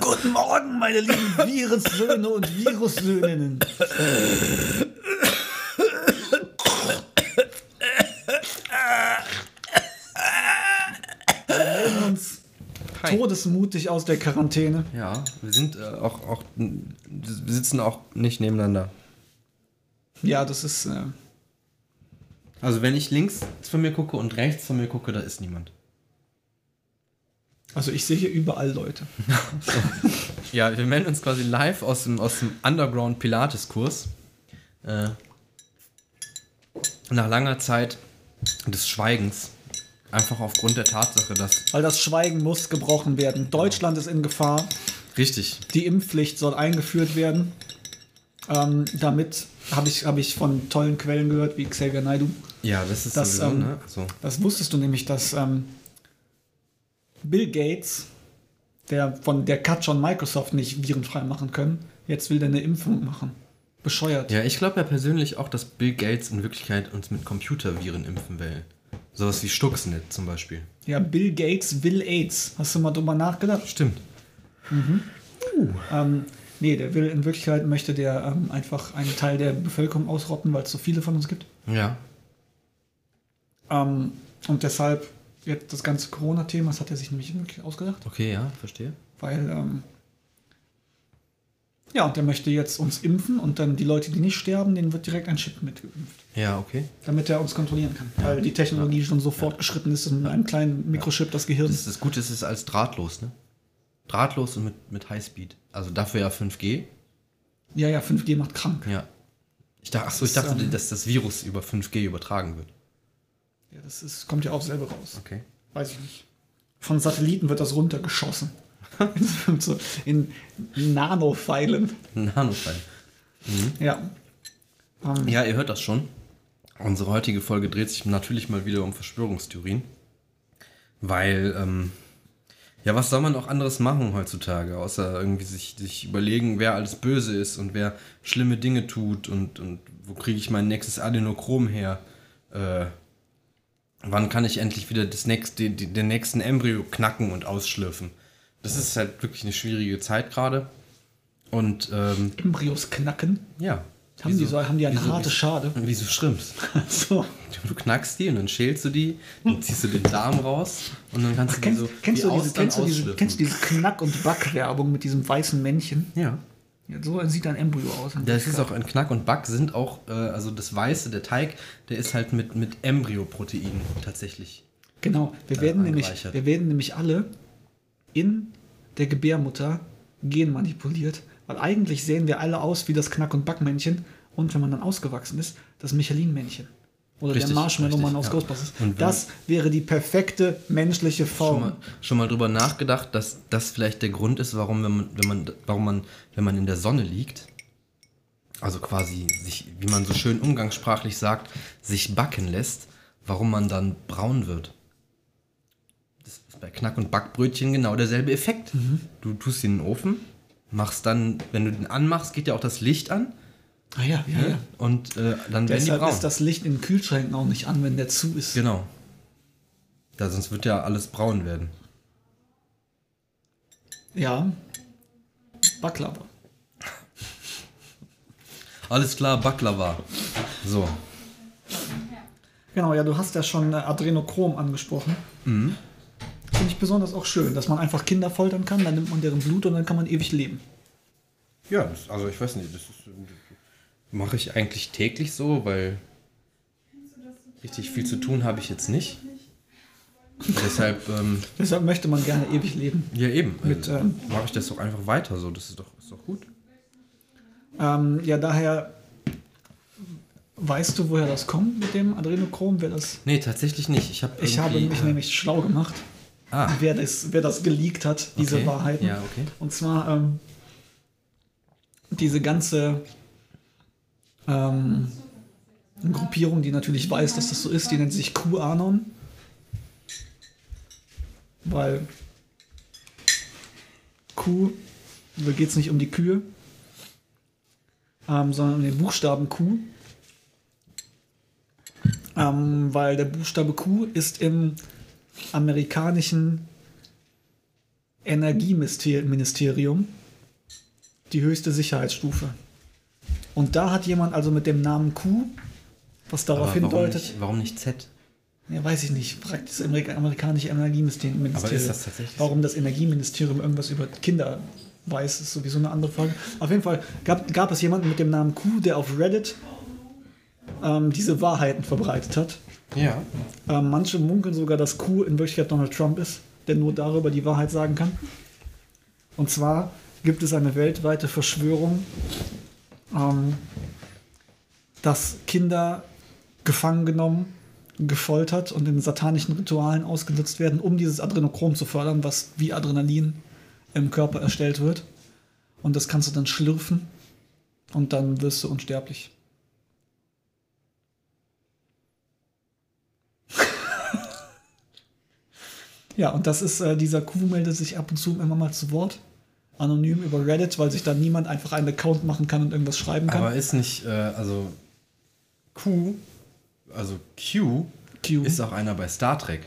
Guten Morgen, meine lieben Virenssöhne und Virussöhninnen. Wir melden uns Hi. todesmutig aus der Quarantäne. Ja, wir sind äh, auch, auch, wir sitzen auch nicht nebeneinander. Ja, das ist. Äh, Also wenn ich links von mir gucke und rechts von mir gucke, da ist niemand. also, ich sehe hier überall Leute. Ja, wir melden uns quasi live aus dem, aus dem Underground Pilates-Kurs. Äh, nach langer Zeit des Schweigens. Einfach aufgrund der Tatsache, dass. Weil das Schweigen muss gebrochen werden. Deutschland ist in Gefahr. Richtig. Die Impfpflicht soll eingeführt werden. Ähm, damit habe ich, hab ich von tollen Quellen gehört, wie Xavier Naidu. Ja, das ist Das, sowieso, ähm, ne? So. Das wusstest du nämlich, dass ähm, Bill Gates, der von der Cut schon Microsoft nicht virenfrei machen können, jetzt will der eine Impfung machen. Bescheuert. Ja, ich glaube ja persönlich auch, dass Bill Gates in Wirklichkeit uns mit Computerviren impfen will. Sowas wie Stuxnet zum Beispiel. Ja, Bill Gates will AIDS. Hast du mal drüber nachgedacht? Stimmt. Ähm, nee, der will in Wirklichkeit, möchte der ähm, einfach einen Teil der Bevölkerung ausrotten, weil es so viele von uns gibt. Ja. Ähm, und deshalb jetzt das ganze Corona-Thema, das hat er sich nämlich wirklich ausgedacht, Okay, ja, verstehe. weil ähm, ja, und der möchte jetzt uns impfen und dann die Leute, die nicht sterben, denen wird direkt ein Chip mitgeimpft, Ja, okay. damit er uns kontrollieren kann, weil die Technologie schon so fortgeschritten ist, dass mit einem kleinen Mikrochip das Gehirn Das, das Gute ist, es ist als drahtlos, ne? Drahtlos und mit, mit Highspeed. Also dafür ja 5G. Ja, ja, 5G macht krank. Ja. Ich dachte, achso, ich Das, dachte, ähm, dass das Virus über 5G übertragen wird. Ja, das ist, kommt ja auch selber raus. Okay. Weiß ich nicht. Von Satelliten wird das runtergeschossen. In so- In Nanopfeilen. Nanofein. Ja. Ähm, Ja, ihr hört das schon. Unsere heutige Folge dreht sich natürlich mal wieder um Verschwörungstheorien. Weil, ähm, ja, was soll man auch anderes machen heutzutage, außer irgendwie sich, sich überlegen, wer alles böse ist und wer schlimme Dinge tut und, und wo kriege ich mein nächstes Adenochrom her? Äh, wann kann ich endlich wieder das nächste, die, den nächsten Embryo knacken und ausschlürfen? Das ist halt wirklich eine schwierige Zeit gerade. Und ähm, Embryos knacken. ja. Haben, die so, haben die eine wieso- harte Schade? Wieso schrimpst? so. Du knackst die und dann schälst du die, dann ziehst du den Darm raus und dann kannst du die so die Kennst, kennst, du diese, Austern kennst, du diese, ausschlürfen. kennst du diese Knack- und Back-Werbung mit diesem weißen Männchen? Ja. Ja, so sieht ein Embryo aus. in Das ist Wirklichkeit. auch ein Knack und Back sind auch, äh, also das Weiße, der Teig, der ist halt mit, mit Embryoproteinen tatsächlich. Genau. Wir werden, nämlich, Äh, angereichert. wir werden nämlich alle in der Gebärmutter genmanipuliert. Weil eigentlich sehen wir alle aus wie das Knack- und Backmännchen. Und wenn man dann ausgewachsen ist, das Michelin-Männchen. Oder Richtig, der richtig, Marshmallow-Mann aus ja. Ghostbusters. Und wenn- Das wäre die perfekte menschliche Form. Schon mal, schon mal drüber nachgedacht, dass das vielleicht der Grund ist, warum wenn man, wenn man, warum man, wenn man in der Sonne liegt, also quasi sich, wie man so schön umgangssprachlich sagt, sich backen lässt, warum man dann braun wird. Das ist bei Knack- und Backbrötchen genau derselbe Effekt. Mhm. Du tust sie in den Ofen, machst dann, wenn du den anmachst, geht ja auch das Licht an Ah ja, ja, ja. und äh, dann werden die Deshalb braun. ist das Licht in Kühlschränken auch nicht an, wenn der zu ist. genau. Da, sonst wird ja alles braun werden. Ja. Baklava. Alles klar, Baklava. So. Genau, ja, du hast ja schon äh, Adrenochrom angesprochen. Mhm. Finde ich besonders auch schön, dass man einfach Kinder foltern kann, dann nimmt man deren Blut und dann kann man ewig leben. Ja, das, also ich weiß nicht, das ist. Mache ich eigentlich täglich so, weil richtig viel zu tun habe ich jetzt nicht. Deshalb, ähm, Deshalb möchte man gerne ewig leben. ja eben, Mit, also, ähm, mache ich das doch einfach weiter so, das ist doch, ist doch gut. Ähm, ja, daher weißt du, woher das kommt mit dem Adrenochrom? Wer das, Nee, tatsächlich nicht. Ich, hab ich habe irgendwie, mich äh, nämlich schlau gemacht, Ah, wer das, wer das geleakt hat, diese Okay, Wahrheiten. ja, okay. Und zwar ähm, diese ganze ähm, Gruppierung, die natürlich weiß, dass das so ist, die nennt sich QAnon. Weil Q, da geht es nicht um die Kühe, ähm, sondern um den Buchstaben Q. ähm, weil der Buchstabe Q ist im amerikanischen Energieministerium die höchste Sicherheitsstufe. Und da hat jemand also mit dem Namen Q, was darauf Aber warum hindeutet, nicht, warum nicht Z? ja, weiß ich nicht, praktisch das Amerika- amerikanische Energieministerium. Aber ist das tatsächlich so? Warum das Energieministerium irgendwas über Kinder weiß, ist sowieso eine andere Frage. Auf jeden Fall gab, gab es jemanden mit dem Namen Q, der auf Reddit ähm, diese Wahrheiten verbreitet hat. Ja. Ähm, manche munkeln sogar, dass Q in Wirklichkeit Donald Trump ist, der nur darüber die Wahrheit sagen kann. Und zwar gibt es eine weltweite Verschwörung, ähm, dass Kinder gefangen genommen, gefoltert und in satanischen Ritualen ausgenutzt werden, um dieses Adrenochrom zu fördern, was wie Adrenalin im Körper erstellt wird. Und das kannst du dann schlürfen und dann wirst du unsterblich. Ja, und das ist, äh, dieser Kuh meldet sich ab und zu immer mal zu Wort. Anonym über Reddit, weil sich dann niemand einfach einen Account machen kann und irgendwas schreiben kann. Aber ist nicht, äh, also Q, also Q, Q. ist auch einer bei Star Trek.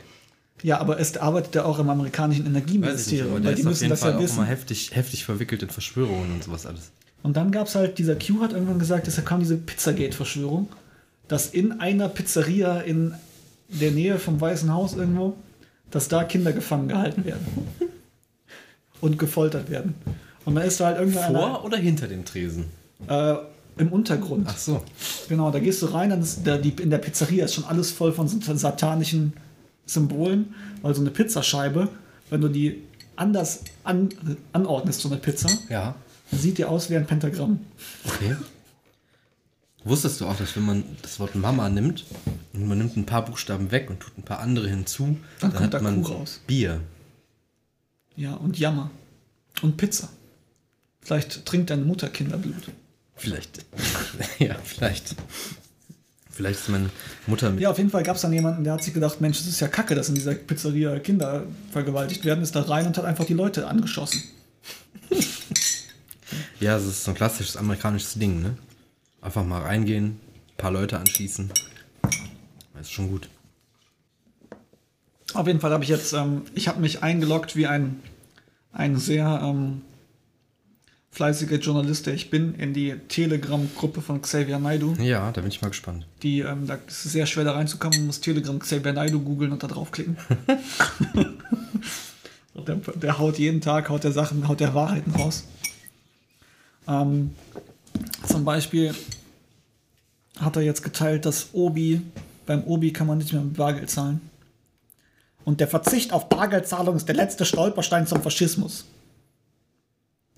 ja, aber es arbeitet ja auch im amerikanischen Weiß ich nicht, Energieministerium, aber der weil ist die auf müssen jeden das Fall ja auch mal wissen. heftig, heftig verwickelt in Verschwörungen und sowas alles. Und dann gab es halt, dieser Q hat irgendwann gesagt, deshalb kam diese Pizzagate-Verschwörung, dass in einer Pizzeria in der Nähe vom Weißen Haus irgendwo, dass da Kinder gefangen gehalten werden. und gefoltert werden. Und dann ist da halt irgendwann Vor oder hinter dem Tresen? einer, äh, im Untergrund. Ach so. Genau, da gehst du rein, dann ist da die, in der Pizzeria ist schon alles voll von so satanischen Symbolen, weil so eine Pizzascheibe, wenn du die anders an, anordnest, so eine Pizza, Ja. dann sieht die aus wie ein Pentagramm. Okay. Wusstest du auch, dass wenn man das Wort Mama nimmt und man nimmt ein paar Buchstaben weg und tut ein paar andere hinzu, Dann kommt da hat man Kuh raus. Bier. Ja, und Jammer. Und Pizza. Vielleicht trinkt deine Mutter Kinderblut. Vielleicht. ja, vielleicht. Vielleicht ist meine Mutter mit. Ja, auf jeden Fall gab es dann jemanden, der hat sich gedacht, Mensch, das ist ja kacke, dass in dieser Pizzeria Kinder vergewaltigt werden, ist da rein und hat einfach die Leute angeschossen. Ja, es ist so ein klassisches amerikanisches Ding, ne? Einfach mal reingehen, paar Leute anschießen. Das ist schon gut. Auf jeden Fall habe ich jetzt, ähm, ich habe mich eingeloggt wie ein, ein sehr ähm, fleißiger Journalist, der ich bin, in die Telegram-Gruppe von Xavier Naidu. Ja, da bin ich mal gespannt. Die, ähm, da ist es sehr schwer da reinzukommen, man muss Telegram Xavier Naidu googeln und da draufklicken. und der, der haut jeden Tag, haut der Sachen, haut der Wahrheiten raus. Ähm, zum Beispiel hat er jetzt geteilt, dass Obi, beim Obi kann man nicht mehr mit Bargeld zahlen. Und der Verzicht auf Bargeldzahlung ist der letzte Stolperstein zum Faschismus.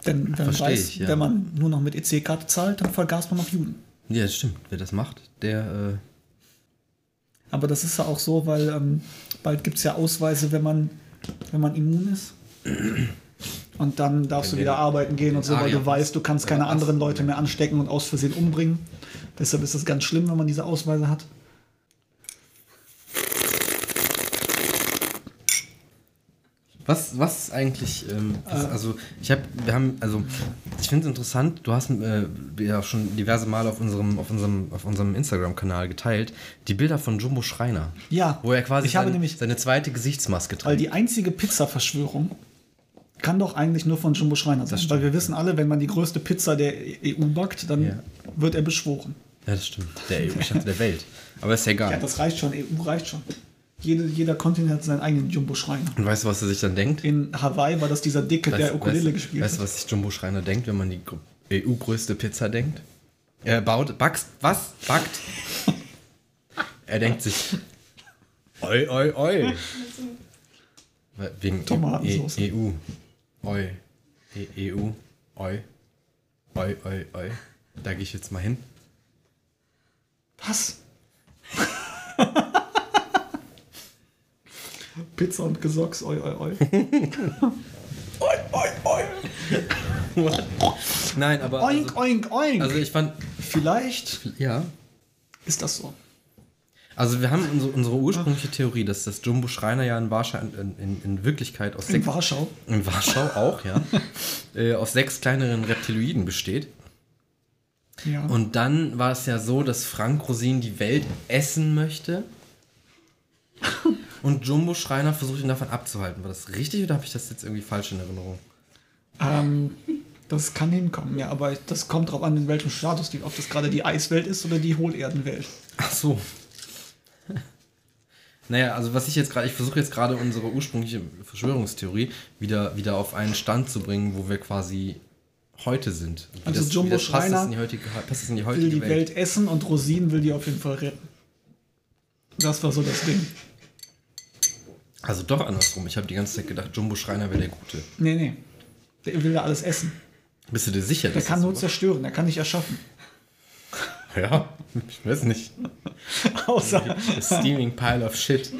Denn wenn, man Versteh weiß, ich, ja. wenn man nur noch mit EC-Karte zahlt, dann vergaß man auf Juden. Ja, das stimmt. Wer das macht, der. Äh, Aber das ist ja auch so, weil ähm, bald gibt es ja Ausweise, wenn man, wenn man immun ist. Und dann darfst du Wenn wieder wir- Ah, arbeiten gehen und so, weil Arier- du weißt, du kannst keine Ach, anderen ja. Leute mehr anstecken und aus Versehen umbringen. Deshalb ist es ganz schlimm, wenn man diese Ausweise hat. Was, was ist eigentlich, ähm, was, Ah. also ich habe, wir haben, also ich finde es interessant, du hast äh, ja schon diverse Male auf unserem, auf unserem, auf unserem Instagram-Kanal geteilt, die Bilder von Jumbo Schreiner. Ja, Wo er quasi ich habe sein- nämlich- seine zweite Gesichtsmaske trägt. Weil die einzige Pizza-Verschwörung kann doch eigentlich nur von Jumbo Schreiner sein. Weil wir wissen alle, wenn man die größte Pizza der EU backt, dann Ja. wird er beschworen. ja, das stimmt. Der EU, ich dachte der Welt. Aber ist ja egal. Ja, das reicht schon. EU reicht schon. Jede, jeder Kontinent hat seinen eigenen Jumbo Schreiner. Und weißt du, was er sich dann denkt? In Hawaii war das dieser Dicke, der Ukulele weißt, gespielt Weißt du, hat. was sich Jumbo Schreiner denkt, wenn man die gr- EU-größte Pizza denkt? Er baut, backst, was? Backt? er denkt sich, oi, oi, oi. Weil- Wegen e Tomatensoße. e EU. Oi. E EU. Oi. Oi, oi, oi. Da gehe ich jetzt mal hin. Was? Pizza und Gesocks, oi, oi, oi. Nein, aber. Oink, Also, oink, oink. also ich fand, Vielleicht ja. ist das so. Also wir haben unsere, unsere ursprüngliche Theorie, dass das Jumbo Schreiner ja in, Warschau, in, in, in Wirklichkeit aus In sechs Warschau. In Warschau auch, ja. äh, aus sechs kleineren Reptiloiden besteht. Ja. Und dann war es ja so, dass Frank Rosin die Welt essen möchte. Und Jumbo Schreiner versucht ihn davon abzuhalten. War das richtig oder habe ich das jetzt irgendwie falsch in Erinnerung? Ähm, das kann hinkommen, ja, aber das kommt drauf an, in welchem Status die, ob das gerade die Eiswelt ist oder die Hohlerdenwelt. Ach so. Naja, also was ich jetzt gerade, ich versuche jetzt gerade unsere ursprüngliche Verschwörungstheorie wieder, wieder auf einen Stand zu bringen, wo wir quasi heute sind. Wie Also das, Jumbo wie das passt Schreiner das in die heutige, passt das in die Will heutige die Welt. Welt essen und Rosinen will die auf jeden Fall retten. Das war so das Ding. Also doch andersrum. Ich habe die ganze Zeit gedacht, Jumbo Schreiner wäre der Gute. Nee, nee. Der will ja alles essen. Bist du dir sicher? Der dass kann das nur so zerstören, der kann nicht erschaffen. war? Ja, ich weiß nicht. Außer, A steaming pile of shit.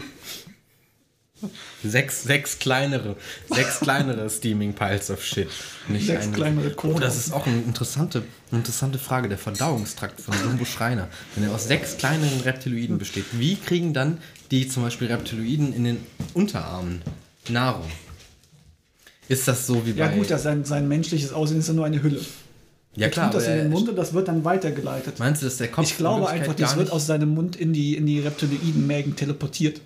Sechs, sechs kleinere, sechs kleinere steaming piles of shit. Nicht Sechs kleinere Kohle. Oh, das ist auch eine interessante, eine interessante Frage, der Verdauungstrakt von Jumbo Schreiner. Wenn er aus sechs kleineren Reptiloiden besteht, wie kriegen dann die zum Beispiel Reptiloiden in den Unterarmen Nahrung? Ist das so wie bei... ja gut, ja, sein, sein menschliches Aussehen ist ja nur eine Hülle. ja Er klar, tut das aber in den er- Mund und das wird dann weitergeleitet. Meinst du, dass der Kopf... Ich glaube in einfach, Wirklichkeit das gar wird nicht- aus seinem Mund in die, in die Reptiloidenmägen teleportiert.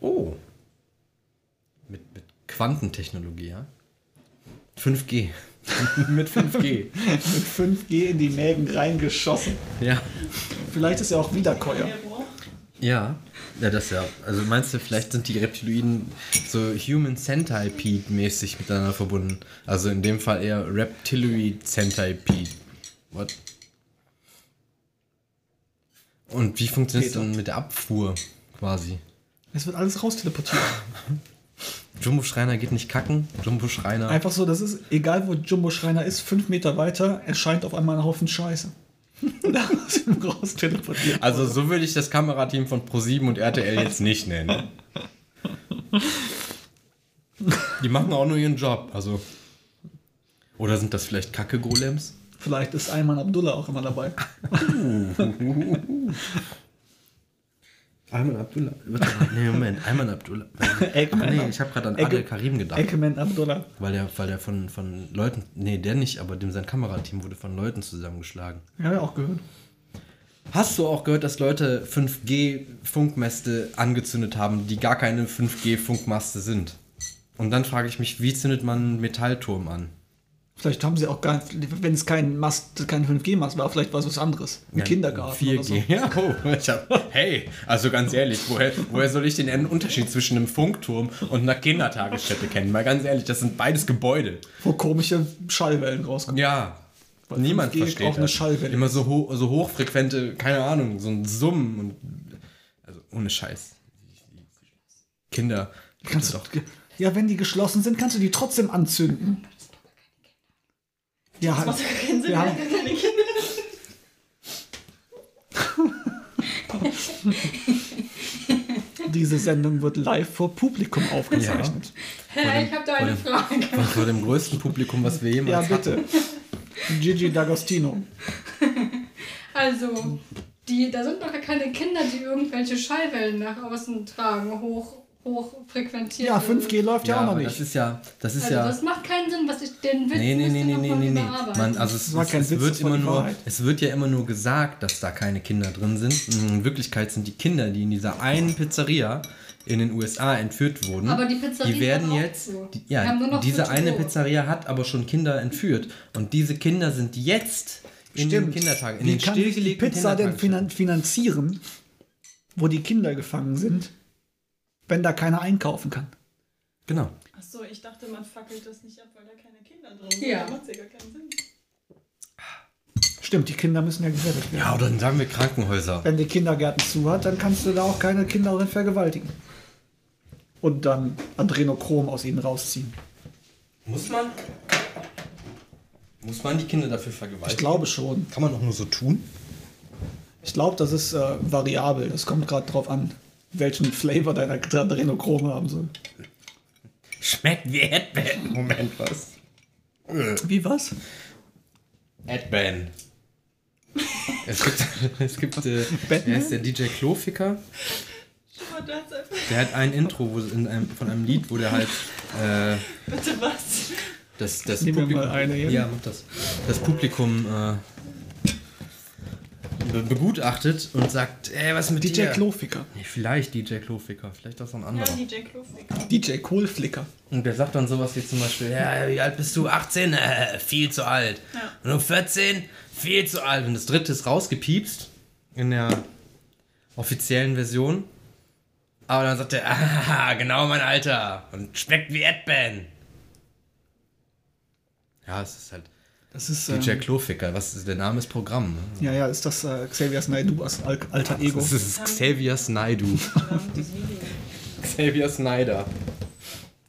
Oh. Mit, mit Quantentechnologie, ja? 5G. mit 5G. Mit 5G in die Mägen reingeschossen. Ja. Vielleicht ist er auch Wiederkäuer. Ja. Ja, das ja. Also meinst du, vielleicht sind die Reptiloiden so Human Centipede-mäßig miteinander verbunden? Also in dem Fall eher Reptiloid Centipede. What? Und wie funktioniert es Peter. dann mit der Abfuhr quasi? Es wird alles rausteleportiert. Jumbo Schreiner geht nicht kacken. Jumbo Schreiner. Einfach so, das ist, egal wo Jumbo Schreiner ist, fünf Meter weiter erscheint auf einmal ein Haufen Scheiße. Und da ist ihm raus teleportiert. Also so würde ich das Kamerateam von ProSieben und RTL jetzt nicht nennen. Die machen auch nur ihren Job, also. Oder sind das vielleicht Kacke-Golems? Vielleicht ist Ayman Abdullah auch immer dabei. Ayman Abdullah. Nee, Moment, Ayman Abdullah. Ah, Eggman. nee, ich habe gerade an Egg- Adel Karim gedacht, Eggman Abdullah. weil der, weil der von, von Leuten, nee, der nicht, aber dem sein Kamerateam wurde von Leuten zusammengeschlagen. Ja, hab ich auch gehört. Hast du auch gehört, dass Leute 5G-Funkmäste angezündet haben, die gar keine 5G-Funkmaste sind? Und dann frage ich mich, wie zündet man einen Metallturm an? Vielleicht haben sie auch gar wenn es kein Mast, kein 5G-Mast war, vielleicht war es was anderes. Ein Kindergarten oder 4G. so. Ja, oh, ich hab, hey, also ganz ehrlich, woher, woher soll ich den Unterschied zwischen einem Funkturm und einer Kindertagesstätte kennen? Mal ganz ehrlich, das sind beides Gebäude. Wo komische Schallwellen rauskommen. Ja. Weil Niemand 5G versteht braucht eine das. Schallwelle. Immer so, ho so hochfrequente, keine Ahnung, so ein Summen und also ohne Scheiß. Kinder. Kannst du doch. Ja, wenn die geschlossen sind, kannst du die trotzdem anzünden. Ja, Hm, halt. Das macht ja keinen Sinn, Wir wir haben- haben keine Kinder. diese Sendung wird live vor Publikum aufgezeichnet. Hey, ich habe da eine Frage. Vor dem größten Publikum, was wir Ja, jemals hatten. bitte. Gigi D'Agostino. Also, die, da sind doch gar keine Kinder, die irgendwelche Schallwellen nach außen tragen, hoch, hoch frequentiert. Ja, 5G läuft ja, Ja, auch noch aber nicht. das ist ja, das ist Also, ja. das macht keinen Sinn, was ich den Witz Nee, nee, nee, nee, müsste nee, noch mal nee, nee. überarbeiten. Man, also es, Das war es, kein es Witz, wird das war immer die nur, Wahrheit. es wird ja immer nur gesagt, dass da keine Kinder drin sind. Hm, In Wirklichkeit sind die Kinder, die in dieser einen Pizzeria in den USA entführt wurden. Aber die Pizzerien die werden haben auch jetzt, zu. die, Die ja, haben nur noch diese fünf eine Euro. Pizzeria hat aber schon Kinder entführt und diese Kinder sind jetzt in den Kindertagen, in Wie den kann sich die stillgelegten Pizza denn Kindertagen. finan finanzieren, wo die Kinder gefangen sind, wenn da keiner einkaufen kann? Genau. Achso, ich dachte, man fackelt das nicht ab, weil da keine Kinder drin sind. Ja. Das macht ja gar keinen Sinn. Stimmt, die Kinder müssen ja gerettet werden. Ja, oder dann sagen wir Krankenhäuser. Wenn die Kindergärten zu hat, dann kannst du da auch keine Kinder drin vergewaltigen. Und dann Adrenochrom aus ihnen rausziehen. Muss man, muss man die Kinder dafür Ich vergewaltigen? glaube schon. Kann man auch nur so tun? Ich glaube, das ist äh, variabel. Das kommt gerade drauf an, welchen Flavor dein Adrenochrom haben soll. Schmeckt wie Erdbeeren. Moment, was? Wie was? Adban. Es gibt, es gibt äh, Batman? er ist der DJ Kloficker. Schau mal, du hast einfach. Der hat ein Intro wo, in einem, von einem Lied, wo der halt äh, Bitte was? das, das Nehmen wir Publikum, mal eine hier. ja, mach das, das Publikum äh, be- begutachtet und sagt, ey, was ist mit DJ dir? Kloficker. Nee, vielleicht DJ Kloficker, vielleicht auch so ein Ja, anderer. DJ Kloflicker. DJ Kohlflicker. Und der sagt dann sowas wie zum Beispiel, ja, wie alt bist du? 18? Äh, viel zu alt. Ja. Und du 14? Viel zu alt. Und das dritte ist rausgepiepst in der offiziellen Version. Aber dann sagt er, ah, genau mein Alter. Und schmeckt wie Erdbeeren. Ja, es ist halt Das ist. Ähm, DJ Kloficker. Was ist, der Name ist Programm. Ne? ja, ja, ist das äh, Xavier Naidu als Al alter Ego. Das ist Xavier Snydu. Verdammtes Video. Xavier Snyder.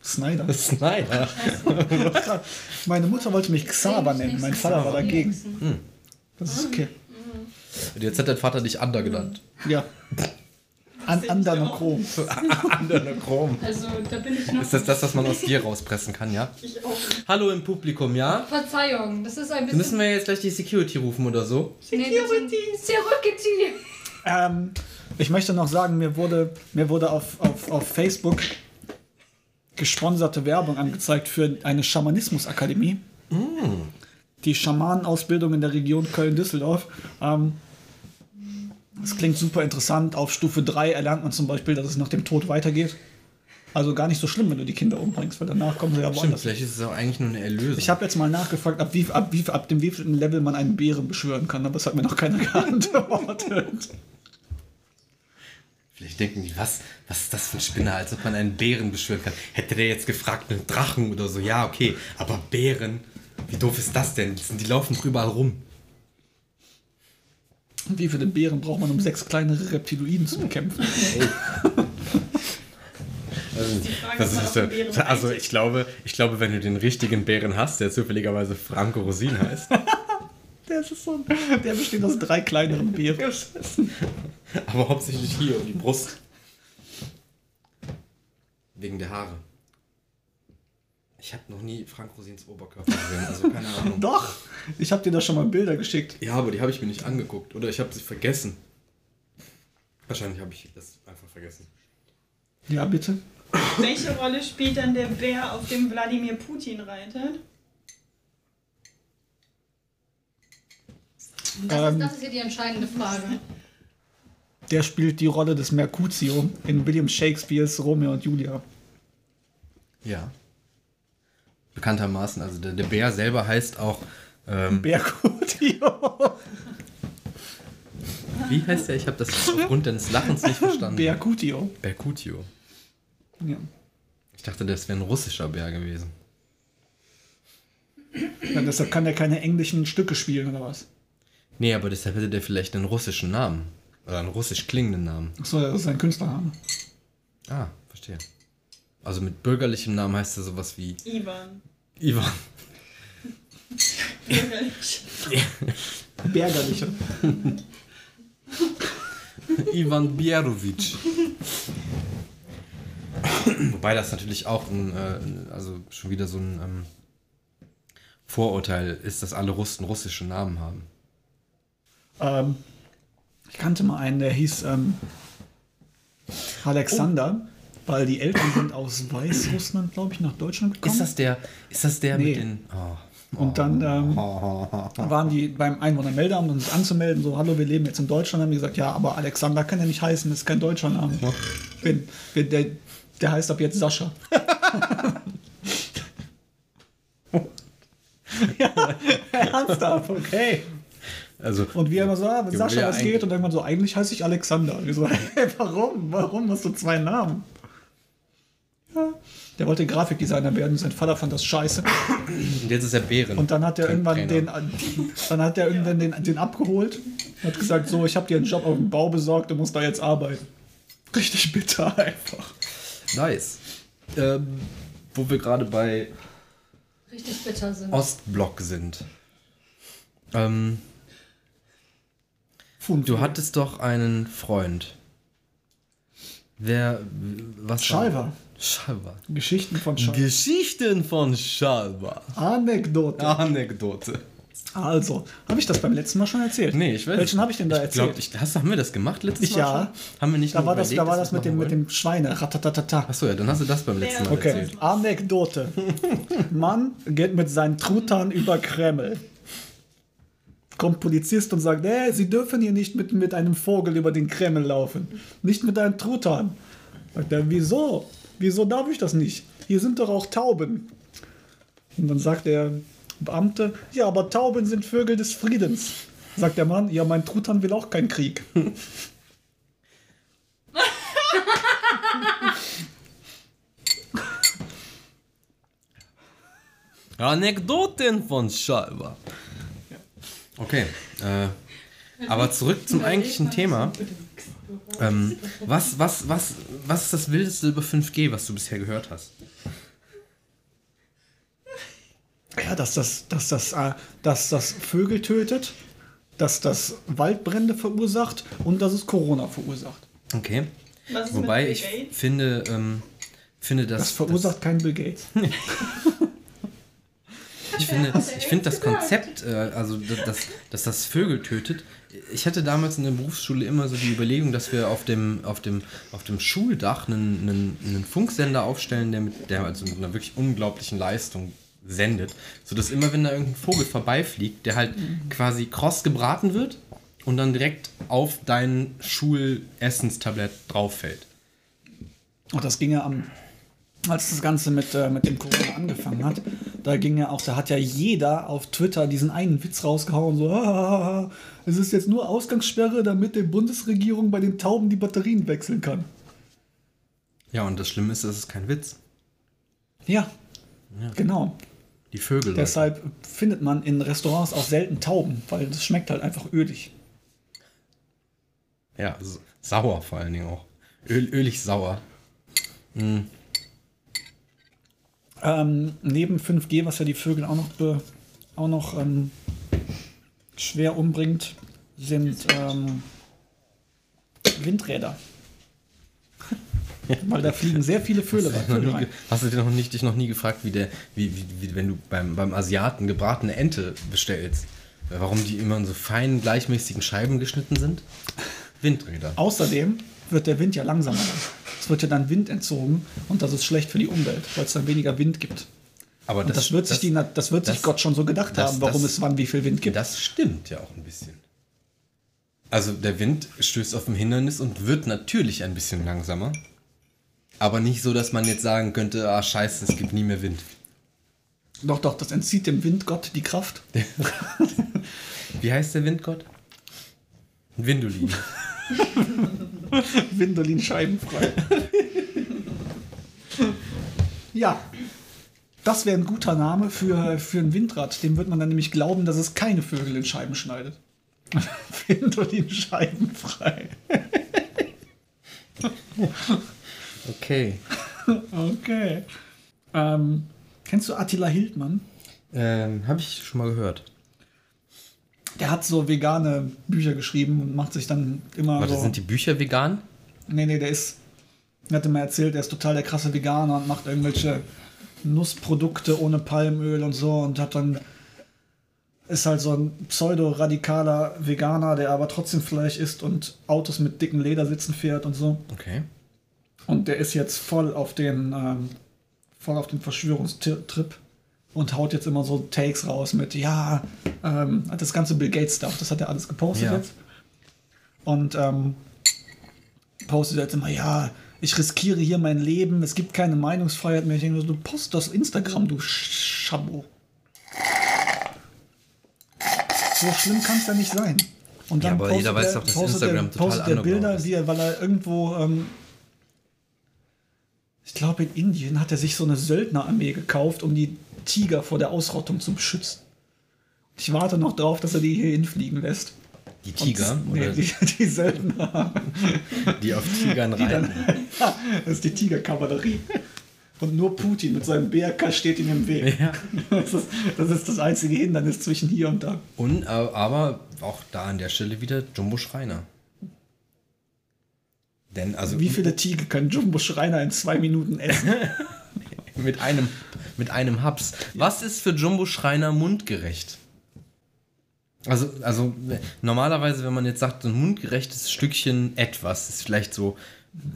Snyder. Snyder. Meine Mutter wollte mich Xaver nennen, mein Vater war dagegen. Hm. Das ist okay. Und jetzt hat dein Vater dich Ander genannt. Ja. An Andanochrom. Andernochrom. Also, da bin ich noch. Ist das das, was man aus dir rauspressen kann, ja? Ich auch. Hallo im Publikum, ja? Verzeihung, das ist ein bisschen. Müssen wir jetzt gleich die Security rufen oder so? Nee, das sind- Security! Ähm, ich möchte noch sagen, mir wurde, mir wurde auf, auf, auf Facebook gesponserte Werbung angezeigt für eine Schamanismusakademie. Die Schamanenausbildung in der Region Köln-Düsseldorf. Ähm, das klingt super interessant. Auf Stufe 3 erlernt man zum Beispiel, dass es nach dem Tod weitergeht. Also gar nicht so schlimm, wenn du die Kinder umbringst, weil danach kommen sie ja Stimmt, woanders. vielleicht ist es auch eigentlich nur eine Erlösung. Ich habe jetzt mal nachgefragt, ab, wie, ab, wie, ab dem wievielten Level man einen Bären beschwören kann, aber es hat mir noch keiner geantwortet. vielleicht denken die, was, was ist das für ein Spinner, als ob man einen Bären beschwören kann. Hätte der jetzt gefragt, einen Drachen oder so, ja, okay, aber Bären, wie doof ist das denn? Die laufen doch überall rum. Wie viele Bären braucht man, um sechs kleinere Reptiloiden zu bekämpfen? Frage, Das ob ist, man auf den äh, Bären also reitet. ich glaube, ich glaube, wenn du den richtigen Bären hast, der zufälligerweise Franco Rosin heißt, Das ist so ein, der besteht aus drei kleineren Bären. aber hauptsächlich hier um die Brust. Wegen der Haare. Ich habe noch nie Frank Rosins Oberkörper gesehen, also keine Ahnung. Doch, ich habe dir da schon mal Bilder geschickt. Ja, aber die habe ich mir nicht angeguckt oder ich habe sie vergessen. Wahrscheinlich habe ich das einfach vergessen. Ja, bitte. Welche Rolle spielt dann der Bär, auf dem Wladimir Putin reitet? Das Ähm. Ähm. ist, das ist hier die entscheidende Frage. Der spielt die Rolle des Mercutio in William Shakespeares Romeo und Julia. Ja. Bekanntermaßen, also der, der Bär selber heißt auch. Ähm, Mercutio. wie heißt der? Ich habe das aufgrund deines Lachens nicht verstanden. Mercutio. Berkutio. Ja. Ich dachte, das wäre ein russischer Bär gewesen. ja. Deshalb kann der keine englischen Stücke spielen oder was? Nee, aber deshalb hätte der vielleicht einen russischen Namen. Oder einen russisch klingenden Namen. Achso, das ist sein Künstlername. Ah, verstehe. Also mit bürgerlichem Namen heißt er sowas wie Ivan. Ivan. Bergerlicher. Ivan Bierovic. Wobei das natürlich auch ein, äh, also schon wieder so ein ähm, Vorurteil ist, dass alle Russen russische Namen haben. Ähm, ich kannte mal einen, der hieß ähm, Alexander, weil die Eltern sind aus Weißrussland, glaube ich, nach Deutschland gekommen. Ist das der, ist das der Nee. mit den... Oh. Und dann ähm, waren die beim Einwohnermeldeamt, um sich anzumelden, so, hallo, wir leben jetzt in Deutschland, haben die gesagt, ja, aber Alexander kann ja nicht heißen, das ist kein deutscher Name. Wenn, wenn der, der heißt ab jetzt Sascha. ja, ernsthaft, okay. Also, Und wir immer so, ah, wenn Ja, Sascha ja, was eigentlich- geht, und irgendwann so, eigentlich heiße ich Alexander. Und wir so, hey, warum? Warum hast du zwei Namen? Ja. Der wollte Grafikdesigner werden, sein Vater fand das scheiße. Und jetzt ist er Bären. Und dann hat er irgendwann den, Trainer. dann hat er irgendwann den, den abgeholt und hat gesagt, so, ich habe dir einen Job auf dem Bau besorgt, du musst da jetzt arbeiten. Richtig bitter einfach. Nice. Ähm, wo wir gerade bei Richtig bitter sind. Ostblock sind. Ähm, Fun. du hattest doch einen Freund. Wer. Was war- Schalber. Schalber. Geschichten von Scheiße. Geschichten von Schalber. Anekdote. Anekdote. Also, habe ich das beim letzten Mal schon erzählt? Nee, ich weiß. Welchen habe ich denn da ich glaub, erzählt? ich, hast, haben wir das gemacht letztes Mal? Ja. Schon? Haben wir nicht da nur war das, da überlegt, war dass das wir es mit dem, mit machen wollen? dem Schweine. Ratatatata. Achso, ja, dann hast du das beim letzten Ja. Mal Okay, erzählt. Anekdote. Mann geht mit seinen Truthahn über Kreml. kommt Polizist und sagt, nee, Sie dürfen hier nicht mit, mit einem Vogel über den Kreml laufen. Nicht mit einem Truthahn. Sagt er, wieso? Wieso darf ich das nicht? Hier sind doch auch Tauben. Und dann sagt der Beamte, ja, aber Tauben sind Vögel des Friedens. Sagt der Mann, ja, mein Truthahn will auch keinen Krieg. Anekdoten von Scheiber. Okay, äh, aber zurück zum eigentlichen Thema. Ähm, was, was, was, was ist das Wildeste über 5G, was du bisher gehört hast? Ja, dass das, dass das, äh, dass das Vögel tötet, dass das Waldbrände verursacht und dass es Corona verursacht. Okay. Was ist Wobei mit ich Bill Gates? finde, ähm, finde das, Das verursacht kein Bill Gates. Ich finde, ich finde das Konzept, äh, also d- dass, dass das Vögel tötet. Ich hatte damals in der Berufsschule immer so die Überlegung, dass wir auf dem, auf dem, auf dem Schuldach einen, einen, einen Funksender aufstellen, der mit der also mit einer wirklich unglaublichen Leistung sendet. Sodass immer, wenn da irgendein Vogel vorbeifliegt, der halt quasi kross gebraten wird und dann direkt auf dein Schulessenstablett drauffällt. Und das ging ja am, als das Ganze mit, äh, mit dem Corona angefangen hat, da ging ja auch, da hat ja jeder auf Twitter diesen einen Witz rausgehauen, so, "Hahaha, es ist jetzt nur Ausgangssperre, damit die Bundesregierung bei den Tauben die Batterien wechseln kann. Ja, und das Schlimme ist, das ist kein Witz. Ja, genau. Die Vögel. Leute. Deshalb findet man in Restaurants auch selten Tauben, weil das schmeckt halt einfach ölig. Ja, s- sauer vor allen Dingen auch. Öl, ölig sauer. Ähm, neben 5G, was ja die Vögel auch noch, be, auch noch ähm, schwer umbringt, sind ähm, Windräder. Weil da fliegen sehr viele Vögel Hast du, noch rein. nie, ge- hast du dir noch nicht, dich noch nie gefragt, wie der, wie, wie, wie wenn du beim, beim Asiaten gebratene Ente bestellst, warum die immer in so feinen, gleichmäßigen Scheiben geschnitten sind? Windräder. Außerdem wird der Wind ja langsamer. Es wird ja dann Wind entzogen und das ist schlecht für die Umwelt, weil es dann weniger Wind gibt. Aber Und das, wird, sich die, Na- das wird sich das- Gott schon so gedacht das- haben, warum das- es wann wie viel Wind gibt. Das stimmt ja auch ein bisschen. Also der Wind stößt auf ein Hindernis und wird natürlich ein bisschen langsamer. Aber nicht so, dass man jetzt sagen könnte, ah scheiße, es gibt nie mehr Wind. Doch, doch, das entzieht dem Windgott die Kraft. Wie heißt der Windgott? Windolin. Windolin scheibenfrei. ja. Das wäre ein guter Name für, für ein Windrad. Dem wird man dann nämlich glauben, dass es keine Vögel in Scheiben schneidet. Windolin scheibenfrei. Okay. Okay. Ähm, kennst du Attila Hildmann? Ähm, Habe ich schon mal gehört. Der hat so vegane Bücher geschrieben und macht sich dann immer Warte, so... sind die Bücher vegan? Nee, nee, der ist. Er hatte mal erzählt, der ist total der krasse Veganer und macht irgendwelche Nussprodukte ohne Palmöl und so und hat dann. Ist halt so ein pseudo-radikaler Veganer, der aber trotzdem Fleisch isst und Autos mit dicken Ledersitzen fährt und so. Okay. Und der ist jetzt voll auf den, ähm, voll auf den Verschwörungstrip und haut jetzt immer so Takes raus mit, ja, ähm, das ganze Bill Gates-Stuff, das hat er alles gepostet Ja. jetzt. Und ähm, postet jetzt immer, ja, ich riskiere hier mein Leben, es gibt keine Meinungsfreiheit mehr. Ich denke mir so, du post das Instagram, du Sch- Schabo. So schlimm kann es ja nicht sein. Und Ja, dann aber postet jeder weiß er- doch, dass postet Instagram er, total postet er underground Bilder, ist. wie er, weil er irgendwo ähm, ich glaube, in Indien hat er sich so eine Söldnerarmee gekauft, um die Tiger vor der Ausrottung zu beschützen. Ich warte noch drauf, dass er die hier hinfliegen lässt. Die Und Tiger? das- Oder Nee, die, die Söldner. die auf Tigern reiten? Das ist die Tigerkavallerie. Und nur Putin mit seinem BRK steht ihm im Weg. Ja. Das ist das, ist das einzige Hindernis zwischen hier und da. Und äh, aber auch da an der Stelle wieder Jumbo Schreiner. Denn also Wie viele Tiger kann Jumbo Schreiner in zwei Minuten essen? mit einem mit einem Haps. Was ist für Jumbo Schreiner mundgerecht? Also, also normalerweise, wenn man jetzt sagt, so ein mundgerechtes Stückchen etwas ist vielleicht so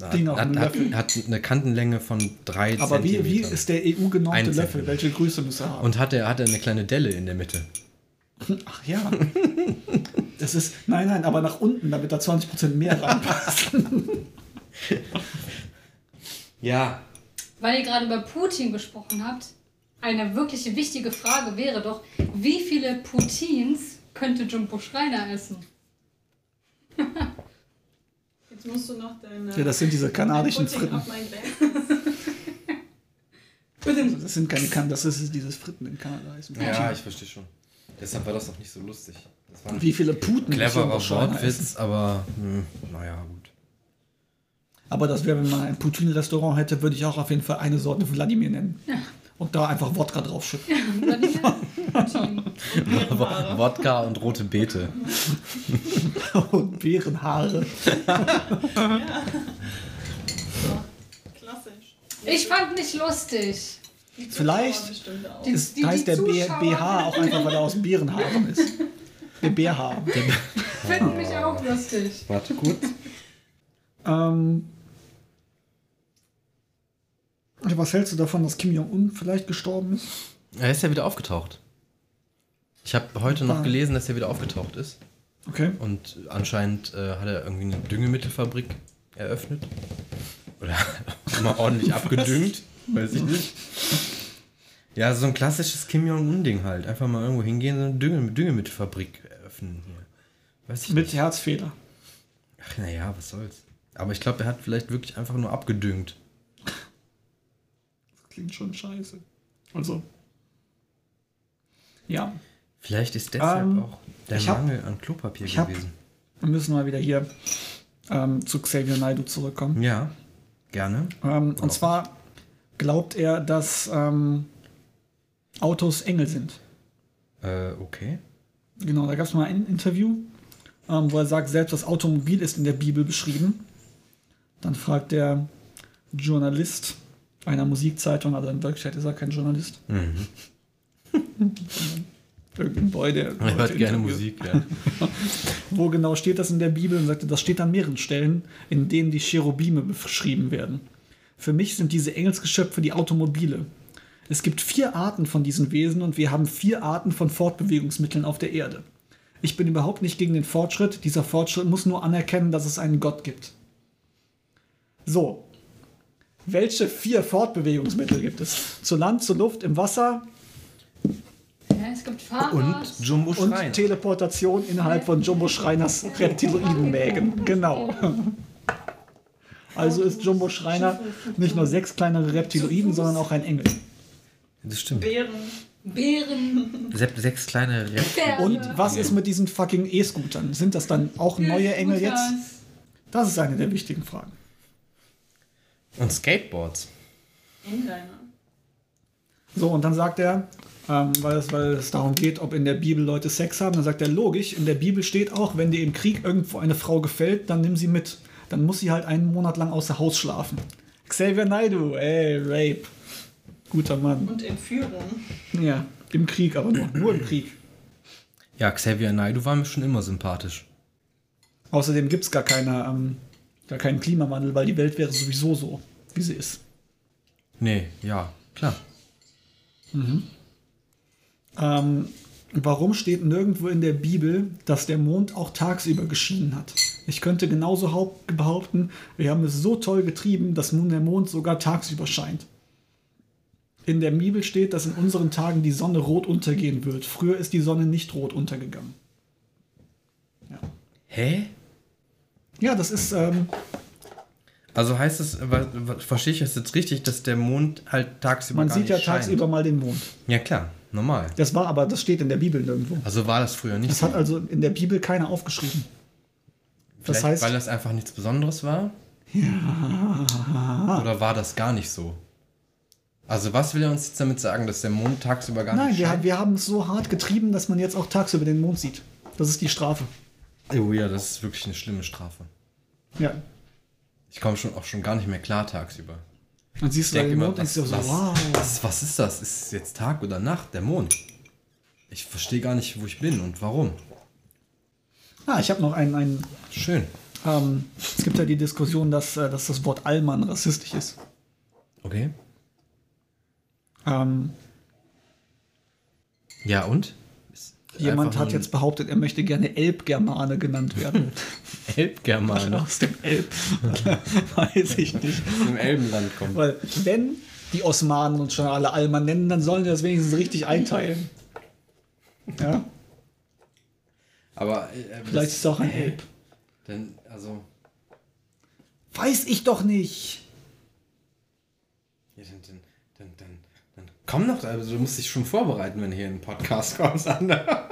hat, Ding auf hat, dem hat, Löffel. hat eine Kantenlänge von drei Aber wie, wie Zentimetern. ist der EU-genormte Ein Löffel? Zentimeter. Welche Größe muss er haben? Und hat er, hat er eine kleine Delle in der Mitte. Ach ja. Das ist, nein, nein, aber nach unten, damit da 20% mehr reinpassen. Ja. Weil ihr gerade über Putin gesprochen habt, eine wirkliche wichtige Frage wäre doch, wie viele Putins könnte Jumbo Schreiner essen? Jetzt musst du noch deine. Ja, das sind diese kanadischen Pudding Fritten. auf mein Glas. Das sind keine kan das ist dieses Fritten in Kanada. heißt Putin. Ja, ich verstehe schon. Deshalb war das auch nicht so lustig. Das war ein Wie viele Puten cleverer muss man wahrscheinlich essen? Wortwitz, aber hm, naja, gut. Aber das wäre, wenn man ein Putin-Restaurant hätte, würde ich auch auf jeden Fall eine Sorte Wladimir nennen. Und da einfach Wodka draufschütten. Wladimir Putin. Meerware. Wodka und rote Beete. Und Bärenhaare. Klassisch. Ich fand mich lustig. Die Vielleicht- Zuschauer bestimmt auch. Ist, die- die heißt der B Zuschauer- BH auch einfach, weil er aus Bärenhaaren ist. Der Bärhaar. Ah. Finden mich auch lustig. Warte kurz. Ähm, was hältst du davon, dass Kim Jong-un vielleicht gestorben ist? Er ist ja wieder aufgetaucht. Ich habe heute noch Ah. gelesen, dass er wieder aufgetaucht ist. Okay. Und anscheinend äh, hat er irgendwie eine Düngemittelfabrik eröffnet. Oder mal ordentlich abgedüngt. Weiß ich nicht. Ja, so ein klassisches Kim Jong-un-Ding halt. Einfach mal irgendwo hingehen und eine Dünge Düngemittelfabrik eröffnen hier. Weiß ich Mit nicht. Herzfehler. Ach, naja, was soll's. Aber ich glaube, er hat vielleicht wirklich einfach nur abgedüngt. Das klingt schon scheiße. Also. Ja, Vielleicht ist deshalb Ähm, auch der ich hab- Mangel an Klopapier ich hab- gewesen. wir müssen mal wieder hier ähm, zu Xavier Naidoo zurückkommen. Ja, gerne. Ähm, Oder- und zwar glaubt er, dass ähm, Autos Engel sind. Äh, okay. Genau, da gab es mal ein Interview, ähm, wo er sagt, selbst das Automobil ist in der Bibel beschrieben. Dann fragt der Journalist einer Musikzeitung, also in Wirklichkeit ist er kein Journalist, Mhm. irgendein Boy, der Er hört Leute gerne interviewt. Musik, ja. Wo genau steht das in der Bibel? Und sagte, das steht an mehreren Stellen, in denen die Cherubime beschrieben werden. Für mich sind diese Engelsgeschöpfe die Automobile. Es gibt vier Arten von diesen Wesen und wir haben vier Arten von Fortbewegungsmitteln auf der Erde. Ich bin überhaupt nicht gegen den Fortschritt. Dieser Fortschritt muss nur anerkennen, dass es einen Gott gibt. So. Welche vier Fortbewegungsmittel gibt es? Zu Land, zur Luft, im Wasser Ja, es gibt Fahrrad. Und Jumbo und Schrein. Teleportation innerhalb von Jumbo Schreiners Reptiloidenmägen. Genau. Also ist Jumbo Schreiner nicht nur sechs kleinere Reptiloiden, sondern auch ein Engel. Das stimmt. Beeren. Bären. Se sechs kleine Rest. Pferde. Und was ist mit diesen fucking E-Scootern? Sind das dann auch neue Engel jetzt? Scooters. Das ist eine der wichtigen Fragen. Und Skateboards. Inliner. So, und dann sagt er, ähm, weil, es, weil es darum geht, ob in der Bibel Leute Sex haben, dann sagt er, logisch, in der Bibel steht auch, wenn dir im Krieg irgendwo eine Frau gefällt, dann nimm sie mit. Dann muss sie halt einen Monat lang außer Haus schlafen. Xavier Naidoo, ey, Rape. Guter Mann. Und Entführung. Ja, im Krieg aber nur. Nur im Krieg. Ja, Xavier Naidoo war mir schon immer sympathisch. Außerdem gibt es gar, keine, ähm, gar keinen Klimawandel, weil die Welt wäre sowieso so, wie sie ist. Nee, ja, klar. Ähm, warum steht nirgendwo in der Bibel, dass der Mond auch tagsüber geschienen hat? Ich könnte genauso haupt- behaupten, wir haben es so toll getrieben, dass nun der Mond sogar tagsüber scheint. In der Bibel steht, dass in unseren Tagen die Sonne rot untergehen wird. Früher ist die Sonne nicht rot untergegangen. Hä? Ja, das ist. Ähm, Also heißt es, äh, wa- wa- verstehe ich das jetzt richtig, dass der Mond halt tagsüber man gar sieht nicht ja scheint? tagsüber mal den Mond. Ja, klar, normal. Das war aber, das steht in der Bibel nirgendwo. Also war das früher nicht Das hat also in der Bibel keiner aufgeschrieben. Das Vielleicht, heißt, weil das einfach nichts Besonderes war? Ja. Oder war das gar nicht so? Also was will er uns jetzt damit sagen, dass der Mond tagsüber gar nein, nicht wir, scheint? wir haben es so hart getrieben, dass man jetzt auch tagsüber den Mond sieht. Das ist die Strafe. Oh ja, das ist wirklich eine schlimme Strafe. Ja. Ich komme schon auch schon gar nicht mehr klar tagsüber. Dann siehst Ich du da denke den immer, Mond und denkst was, dir was, so, wow. was, was ist das? Ist es jetzt Tag oder Nacht? Der Mond. Ich verstehe gar nicht, wo ich bin und warum. Ah, ich habe noch einen, einen Schön. ähm, es gibt ja die Diskussion, dass, äh, dass das Wort Allmann rassistisch ist. Okay. Ähm, Ja, und? Jemand einfach hat nur ein jetzt behauptet, er möchte gerne Elbgermane genannt werden. Elbgermane Aus dem Elb. Weiß ich nicht. aus dem Elbenland kommt. Weil, wenn die Osmanen uns schon alle Alman nennen, dann sollen die das wenigstens richtig einteilen. Ja, Aber äh, vielleicht ist es auch ein Elb. Denn, also, Weiß ich doch nicht. ja, dann, dann, dann, dann, dann komm doch, also du musst dich schon vorbereiten, wenn du hier in den Podcast kommst, Ander.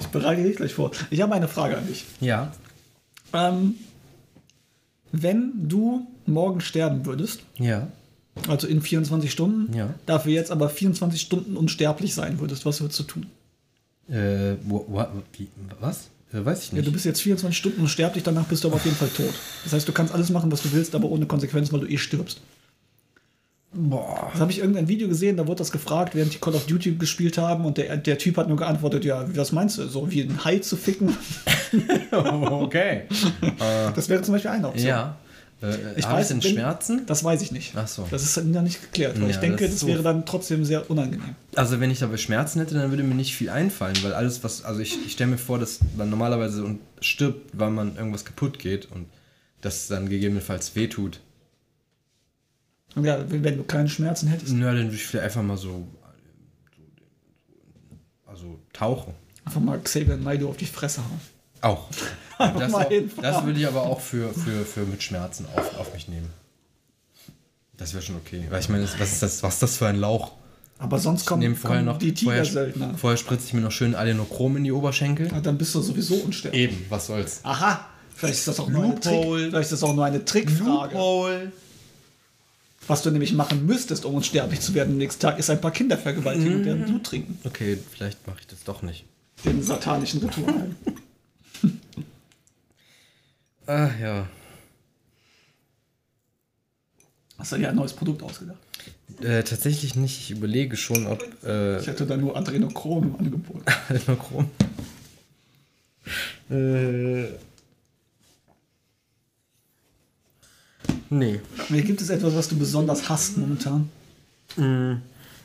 Ich bereite dich gleich vor. Ich habe eine Frage an dich. Ja. Ähm, wenn du morgen sterben würdest, Ja. also in 24 Stunden, Ja. dafür jetzt aber 24 Stunden unsterblich sein würdest, was würdest du tun? Äh, wo, wo, wie, was? Äh, weiß ich Ja, nicht. du bist jetzt 24 Stunden unsterblich, danach bist du aber auf jeden Fall tot. Das heißt, du kannst alles machen, was du willst, aber ohne Konsequenz, weil du eh stirbst. Boah. Das habe ich irgendein Video gesehen, da wurde das gefragt, während die Call of Duty gespielt haben und der, der Typ hat nur geantwortet, ja, was meinst du, so wie ein Hai zu ficken? okay. Das wäre zum Beispiel eine Option. ja. Äh, Ich ich weiß weiß, in wenn- Schmerzen? Das weiß ich nicht. Ach so. Das ist noch nicht geklärt, weil Ja, ich denke, das das, ist so. wäre dann trotzdem sehr unangenehm. Also wenn ich dabei Schmerzen hätte, dann würde mir nicht viel einfallen, weil alles, was, also ich, ich stelle mir vor, dass man normalerweise und stirbt, weil man irgendwas kaputt geht und das dann gegebenenfalls wehtut. Und Ja, wenn wenn du keine Schmerzen hättest. Nö, dann würde ich vielleicht einfach mal so, so also tauchen. Einfach mal Xavier Naido auf die Fresse hauen. Auch. Das, mal auch, hinfahren. das würde ich aber auch für, für, für mit Schmerzen auf, auf mich nehmen. Das wäre schon okay. Weil ich meine, das- was ist das, was ist das für ein Lauch? Aber sonst Ich kommen, nehme vorher kommen noch die vorher, Tigersöldner. vorher spritze ich mir noch schön Adenochrom in die Oberschenkel. Ja, dann bist du sowieso unsterblich. Eben, was soll's. Aha, vielleicht ist das auch nur eine, Trick, Loophole. vielleicht ist das auch nur eine Trickfrage. Loophole. Was du nämlich machen müsstest, um unsterblich zu werden am nächsten Tag, ist ein paar Kinder vergewaltigen und Mhm. deren Blut trinken. Okay, vielleicht mache ich das doch nicht. Den satanischen Ritual. Ach Ah, ja. Hast du dir ein neues Produkt ausgedacht? Äh, tatsächlich nicht. Ich überlege schon, ob äh, Ich hätte da nur Adrenochrom im Angebot. Adenochrom. Äh. Nee. Mir gibt es etwas, was du besonders hasst momentan.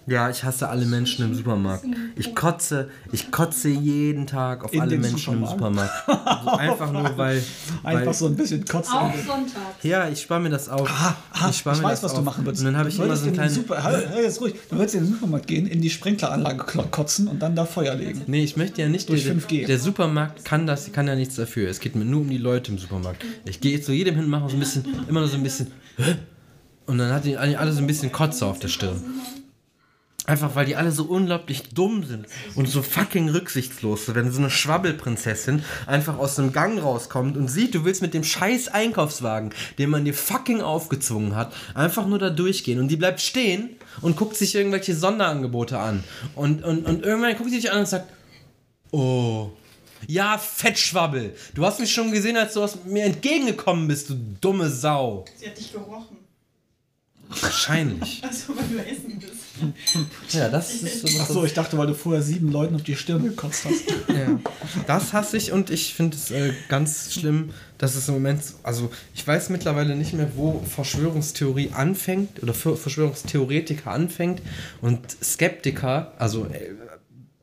Ja, ich hasse alle Menschen im Supermarkt. Ich kotze, ich kotze jeden Tag auf In alle den Menschen Supermarkt. im Supermarkt. Also einfach nur, weil. Einfach weil, so ein bisschen kotzen. Auch Sonntag. Ja, ich spare mir das auf. Aha, ich, spare mir weiß, das was du auf. machen würdest. Und dann habe ich Du immer würdest so einen in den kleinen. Super halt, halt jetzt ruhig. Du würdest in den Supermarkt gehen, in die Sprinkleranlage klo- kotzen und dann da Feuer legen. Nee, ich möchte ja nicht. Durch der, 5G. der Supermarkt kann das, kann ja nichts dafür. Es geht mir nur um die Leute im Supermarkt. Ich gehe zu jedem hin, mache so ein bisschen, immer nur so ein bisschen. "Hä?" Und dann hat die alle alle so ein bisschen Kotze auf der Stirn. Einfach weil die alle so unglaublich dumm sind und so fucking rücksichtslos. So, Wenn so eine Schwabbelprinzessin einfach aus einem Gang rauskommt und sieht, du willst mit dem scheiß Einkaufswagen, den man dir fucking aufgezwungen hat, einfach nur da durchgehen und die bleibt stehen und guckt sich irgendwelche Sonderangebote an. Und, und, und irgendwann guckt sie dich an und sagt, Oh. Ja, Fettschwabbel. Du hast mich schon gesehen, als du aus mir entgegengekommen bist, du dumme Sau. Sie hat dich gerochen. Wahrscheinlich. Also, weil du essen bist. Ja, das ist so. Achso, ich dachte, weil du vorher sieben Leuten auf die Stirn gekotzt hast. Ja. Das hasse ich und ich finde es äh, ganz schlimm, dass es im Moment, so- also ich weiß mittlerweile nicht mehr, wo Verschwörungstheorie anfängt oder Ver- Verschwörungstheoretiker anfängt und Skeptiker, also äh,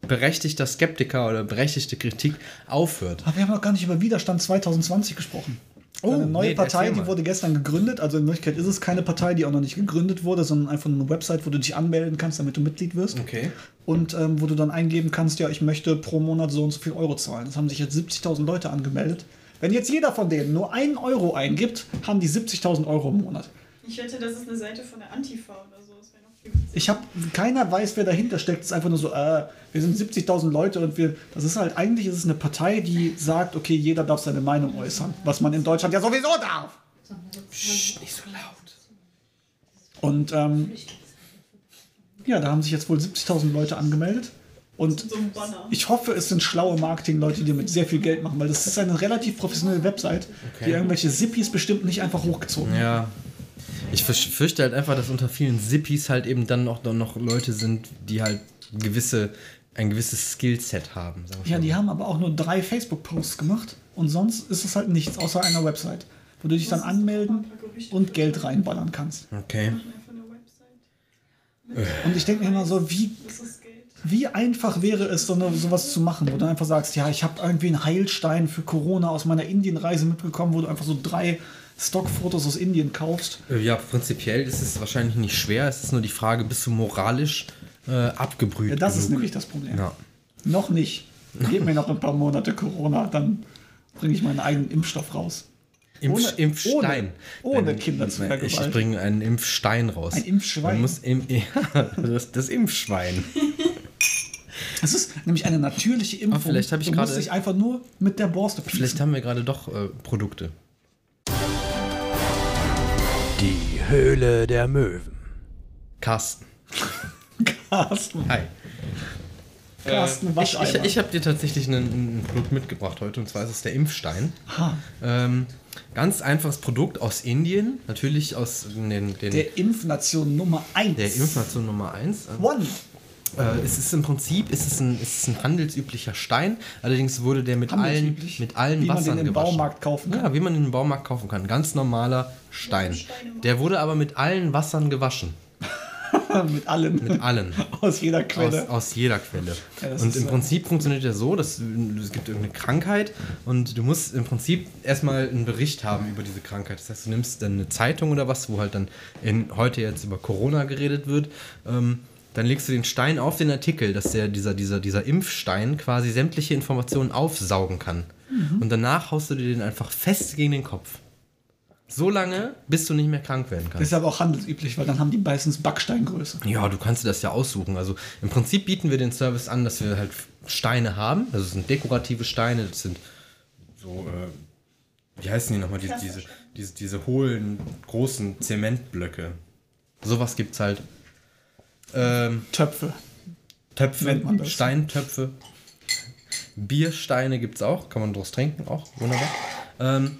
berechtigter Skeptiker oder berechtigte Kritik aufhört. Aber wir haben noch gar nicht über Widerstand 2020 gesprochen. Oh, Eine neue nee, Partei, erzähl die mal. wurde gestern gegründet. Also in Wirklichkeit ist es keine Partei, die auch noch nicht gegründet wurde, sondern einfach eine Website, wo du dich anmelden kannst, damit du Mitglied wirst. Okay. Und ähm, wo du dann eingeben kannst, ja, ich möchte pro Monat so und so viel Euro zahlen. Das haben sich jetzt 70.000 Leute angemeldet. Wenn jetzt jeder von denen nur einen Euro eingibt, haben die 70.000 Euro im Monat. Ich wette, das ist eine Seite von der Antifa oder so. Das wäre noch viel witziger. Ich habe keiner weiß, wer dahinter steckt. Es ist einfach nur so, äh, wir sind 70.000 Leute und wir. Das ist halt eigentlich ist es eine Partei, die sagt, okay, jeder darf seine Meinung äußern, was man in Deutschland ja sowieso darf. Psst, nicht so laut. Und ähm, ja, da haben sich jetzt wohl 70.000 Leute angemeldet. Und So ein Banner. ich hoffe, es sind schlaue Marketingleute, die damit sehr viel Geld machen, weil das ist eine relativ professionelle Website, die Okay. irgendwelche Sippis bestimmt nicht einfach hochgezogen. haben. Ja. Ich versch- fürchte halt einfach, dass unter vielen Sippis halt eben dann noch, dann noch Leute sind, die halt gewisse, ein gewisses Skillset haben. Sagen wir Ja, mal. die haben aber auch nur drei Facebook-Posts gemacht und sonst ist es halt nichts außer einer Website, wo du dich dann anmelden und Geld reinballern kannst. Okay. Von der ne, Website. Und ich denke mir immer so, wie, dass es geht. wie einfach wäre es, so eine, sowas zu machen, wo du einfach sagst, ja, ich habe irgendwie einen Heilstein für Corona aus meiner Indienreise mitbekommen, wo du einfach so drei Stockfotos aus Indien kaufst. Äh, Ja, prinzipiell ist es wahrscheinlich nicht schwer. Es ist nur die Frage, bist du moralisch äh, abgebrüht? Ja, das ist genug? nämlich das Problem. Also Ja. Noch nicht. Gib mir noch ein paar Monate Corona, dann bringe ich meinen eigenen Impfstoff raus. Impf, Ohne- Impfstein. ohne- ohne Kinder Ich, zu ich vergewaltigen. bringe einen Impfstein raus. Ein Impfschwein. Man muss im, ja, das, das Impfschwein. Es ist nämlich eine natürliche Impfung. vielleicht habe ich du musst gerade- dich einfach nur mit der Borste Vielleicht haben wir gerade doch äh, Produkte. Die Höhle der Möwen. Carsten. Carsten, Hi. Carsten Ich, ich, Wascheimer. ich habe dir tatsächlich einen, ein Produkt mitgebracht heute und zwar ist es der Impfstein. Aha. Ähm, ganz einfaches Produkt aus Indien, natürlich aus den, den, der, Der Impfnation Nummer 1. Impfnation Nummer 1. One. Äh, es ist im Prinzip es ist ein, es ist ein handelsüblichen Stein, allerdings wurde der mit allen, Handelsüblich. mit allen Wie man den Wassern im gewaschen. Baumarkt kaufen kann. Ja, wie man ihn im Baumarkt kaufen kann. Ganz normaler Stein. Der wurde aber mit allen Wassern gewaschen. mit allen. Mit allen. Aus jeder Aus, Quelle. aus jeder Quelle. Ja, das und ist im so. Prinzip funktioniert das so, dass du- es gibt irgendeine Krankheit und du musst im Prinzip erstmal einen Bericht haben über diese Krankheit. Das heißt, du nimmst dann eine Zeitung oder was, wo halt dann in, heute jetzt über Corona geredet wird. Ähm, dann legst du den Stein auf den Artikel, dass der, dieser, dieser, dieser Impfstein quasi sämtliche Informationen aufsaugen kann. Mhm. Und danach haust du dir den einfach fest gegen den Kopf. So lange, bis du nicht mehr krank werden kannst. Das ist aber auch handelsüblich, weil dann haben die meistens Backsteingröße. Ja, du kannst dir das ja aussuchen. Also im Prinzip bieten wir den Service an, dass wir halt Steine haben. Also es sind dekorative Steine, das sind so, äh, wie heißen die nochmal, diese, diese, diese, diese hohlen, großen Zementblöcke. Sowas gibt's halt. Ähm, Töpfe. Töpfe, Nennt man das? Steintöpfe. Biersteine gibt's auch, kann man draus trinken, auch wunderbar. Ähm,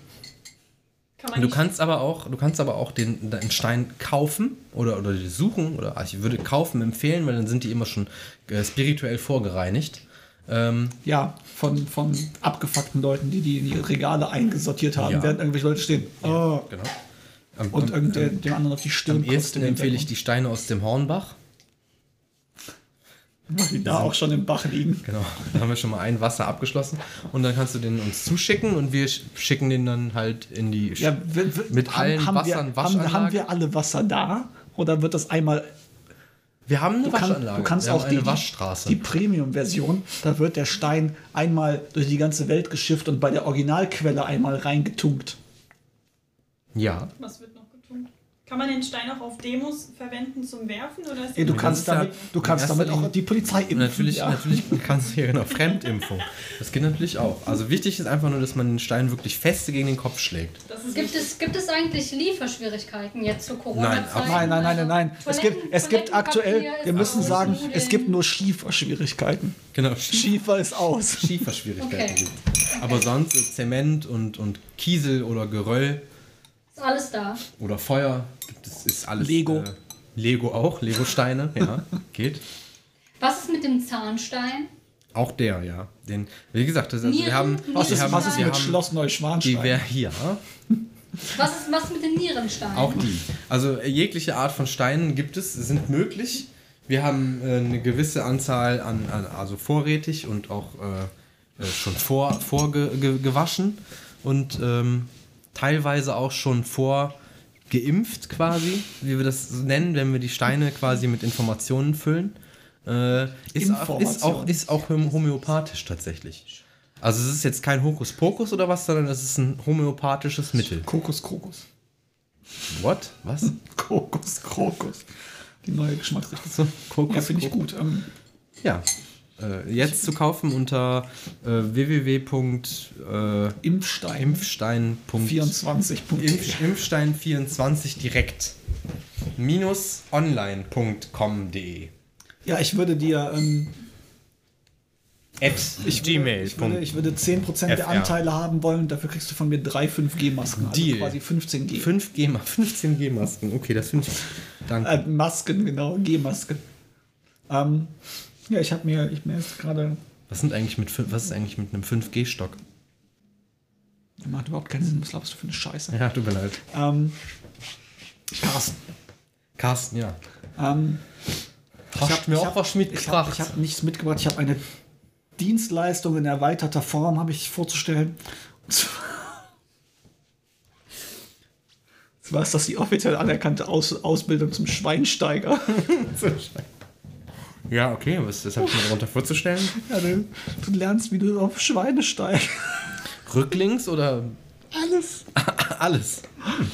Kann man Du nicht- kannst aber auch, du kannst aber auch den, den Stein kaufen oder, oder die suchen oder ah, ich würde kaufen empfehlen, weil dann sind die immer schon äh, spirituell vorgereinigt. Ähm, Ja, von, von abgefuckten Leuten, die die in ihre Regale eingesortiert haben, Ja. während irgendwelche Leute stehen. Oh. genau. Am, Und am, irgendwer dem anderen auf die Stirn am ehesten empfehle ich die Steine aus dem Hornbach. die. Weil die da auch schon im Bach liegen. Genau, da haben wir schon mal ein Wasser abgeschlossen und dann kannst du den uns zuschicken und wir sch- schicken den dann halt in die Sch- Ja, wir- wir- mit allen Wassern wir, haben, haben Waschanlagen. wir alle Wasser da? Oder wird das einmal Wir haben eine Du, kann, Waschanlage. du kannst wir auch haben die, eine Waschstraße. die Premium-Version, da wird der Stein einmal durch die ganze Welt geschifft und bei der Originalquelle einmal reingetunkt. ja. Was wird noch getunkt? Kann man den Stein auch auf Demos verwenden zum Werfen? Oder ist Ey, du der- kannst das ist ja damit, du kannst in erster damit auch Linie- die Polizei impfen. Natürlich, ja. natürlich kannst du ja genau Fremdimpfung. Das geht natürlich auch. Also wichtig ist einfach nur, dass man den Stein wirklich feste gegen den Kopf schlägt. Das ist Gibt wichtig. es, gibt es eigentlich Lieferschwierigkeiten jetzt zu Nein, Corona-Zeiten? absolut. Nein, nein, nein, nein, nein. Es Toiletten- gibt, es gibt Toilettenpapier aktuell, ist wir müssen aus, sagen, Nudeln. es gibt nur Schieferschwierigkeiten. Genau, Schiefer ist aus. Schieferschwierigkeiten Okay. gibt. Aber sonst äh, Zement und, und Kiesel oder Geröll Ist alles da. oder Feuer, das ist alles. Lego. Äh, Lego auch, Lego-Steine, ja, geht. Was ist mit dem Zahnstein? Auch der, ja. Den, wie gesagt, das, also wir Nieren- haben. Was wir ist, haben, was ist wir mit haben Schloss Die wäre Neuschwanstein? hier. Was ist was mit dem Nierenstein? Auch die. Also äh, jegliche Art von Steinen gibt es, sind möglich. Wir haben äh, eine gewisse Anzahl an, an also vorrätig und auch äh, äh, schon vor, vorgewaschen ge, gewaschen und ähm, teilweise auch schon vorgeimpft quasi, wie wir das nennen, wenn wir die Steine quasi mit Informationen füllen. Äh, ist, auch, ist, auch, Informationen. ist auch hom- homöopathisch tatsächlich. Also es ist jetzt kein Hokuspokus oder was, sondern es ist ein homöopathisches Mittel. Kokos, Kokos. What? Was? Kokos, Kokos. Die neue Geschmacksrichtung. So, Kokos. Ja, finde ich gut. Ähm, Ja. Äh, jetzt zu kaufen unter äh, www.impfstein.de. Impfstein. Impfstein. 24. Impf, Impfstein24 direkt. Minus online.com.de. Ja, ich würde dir ähm, At Ich würde, ich würde, ich würde 10% der FR. Anteile haben wollen und dafür kriegst du von mir drei 5G-Masken. Also Deal. quasi 15G. 5 G, 15 G-Masken. Okay, das finde ich. Danke. äh, Masken, genau, G-Masken. Ähm, ja, ich habe mir, ich mir jetzt gerade. was, sind eigentlich mit, fün- was ist eigentlich mit einem 5G-Stock? Macht überhaupt keinen Sinn, was glaubst du für eine Scheiße? Ja, tut mir leid. Ähm, Carsten, Carsten, ja. Ähm, Hast hab- mir ich auch hab- was ich habe mitgebracht. hab nichts mitgebracht. Ich habe eine Dienstleistung in erweiterter Form, habe ich vorzustellen. Und zwar Und zwar ist das die offiziell anerkannte Aus Ausbildung zum Schweinsteiger. ja, okay, was das habe ich mir darunter vorzustellen? Ja, du, du lernst, wie du auf Schweine steigst. Rücklings oder Alles. alles? Hm.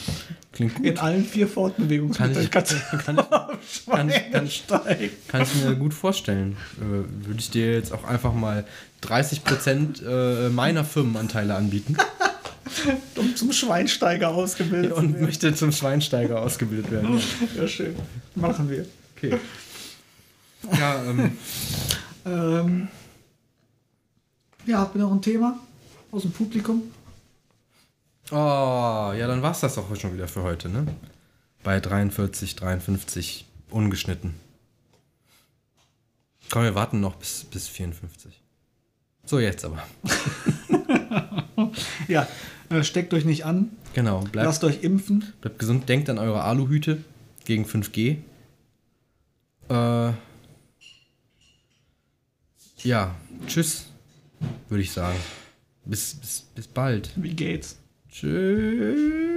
Klingt gut. In allen vier Kann Fortbewegungsmitteln ich- kannst du kann ich- auf kann ich- Schweine steigen. Kann ich mir gut vorstellen. Äh, Würde ich dir jetzt auch einfach mal 30% äh, meiner Firmenanteile anbieten Um zum Schweinsteiger ausgebildet zu und werden. möchte zum Schweinsteiger ausgebildet werden. Ja, schön. Machen wir. Okay. Ja, ähm, Ähm, ja, habt ihr noch ein Thema aus dem Publikum? oh, ja, dann war's das auch schon wieder für heute, ne? Bei 43, 53 ungeschnitten. Komm, wir warten noch bis, bis 54. So, jetzt aber. Ja, äh, steckt euch nicht an, Genau, bleibt, lasst euch impfen. bleibt gesund, denkt an eure Aluhüte gegen 5G. Äh, ja, tschüss, würde ich sagen. Bis, bis, bis bald. Wie geht's? Tschüss.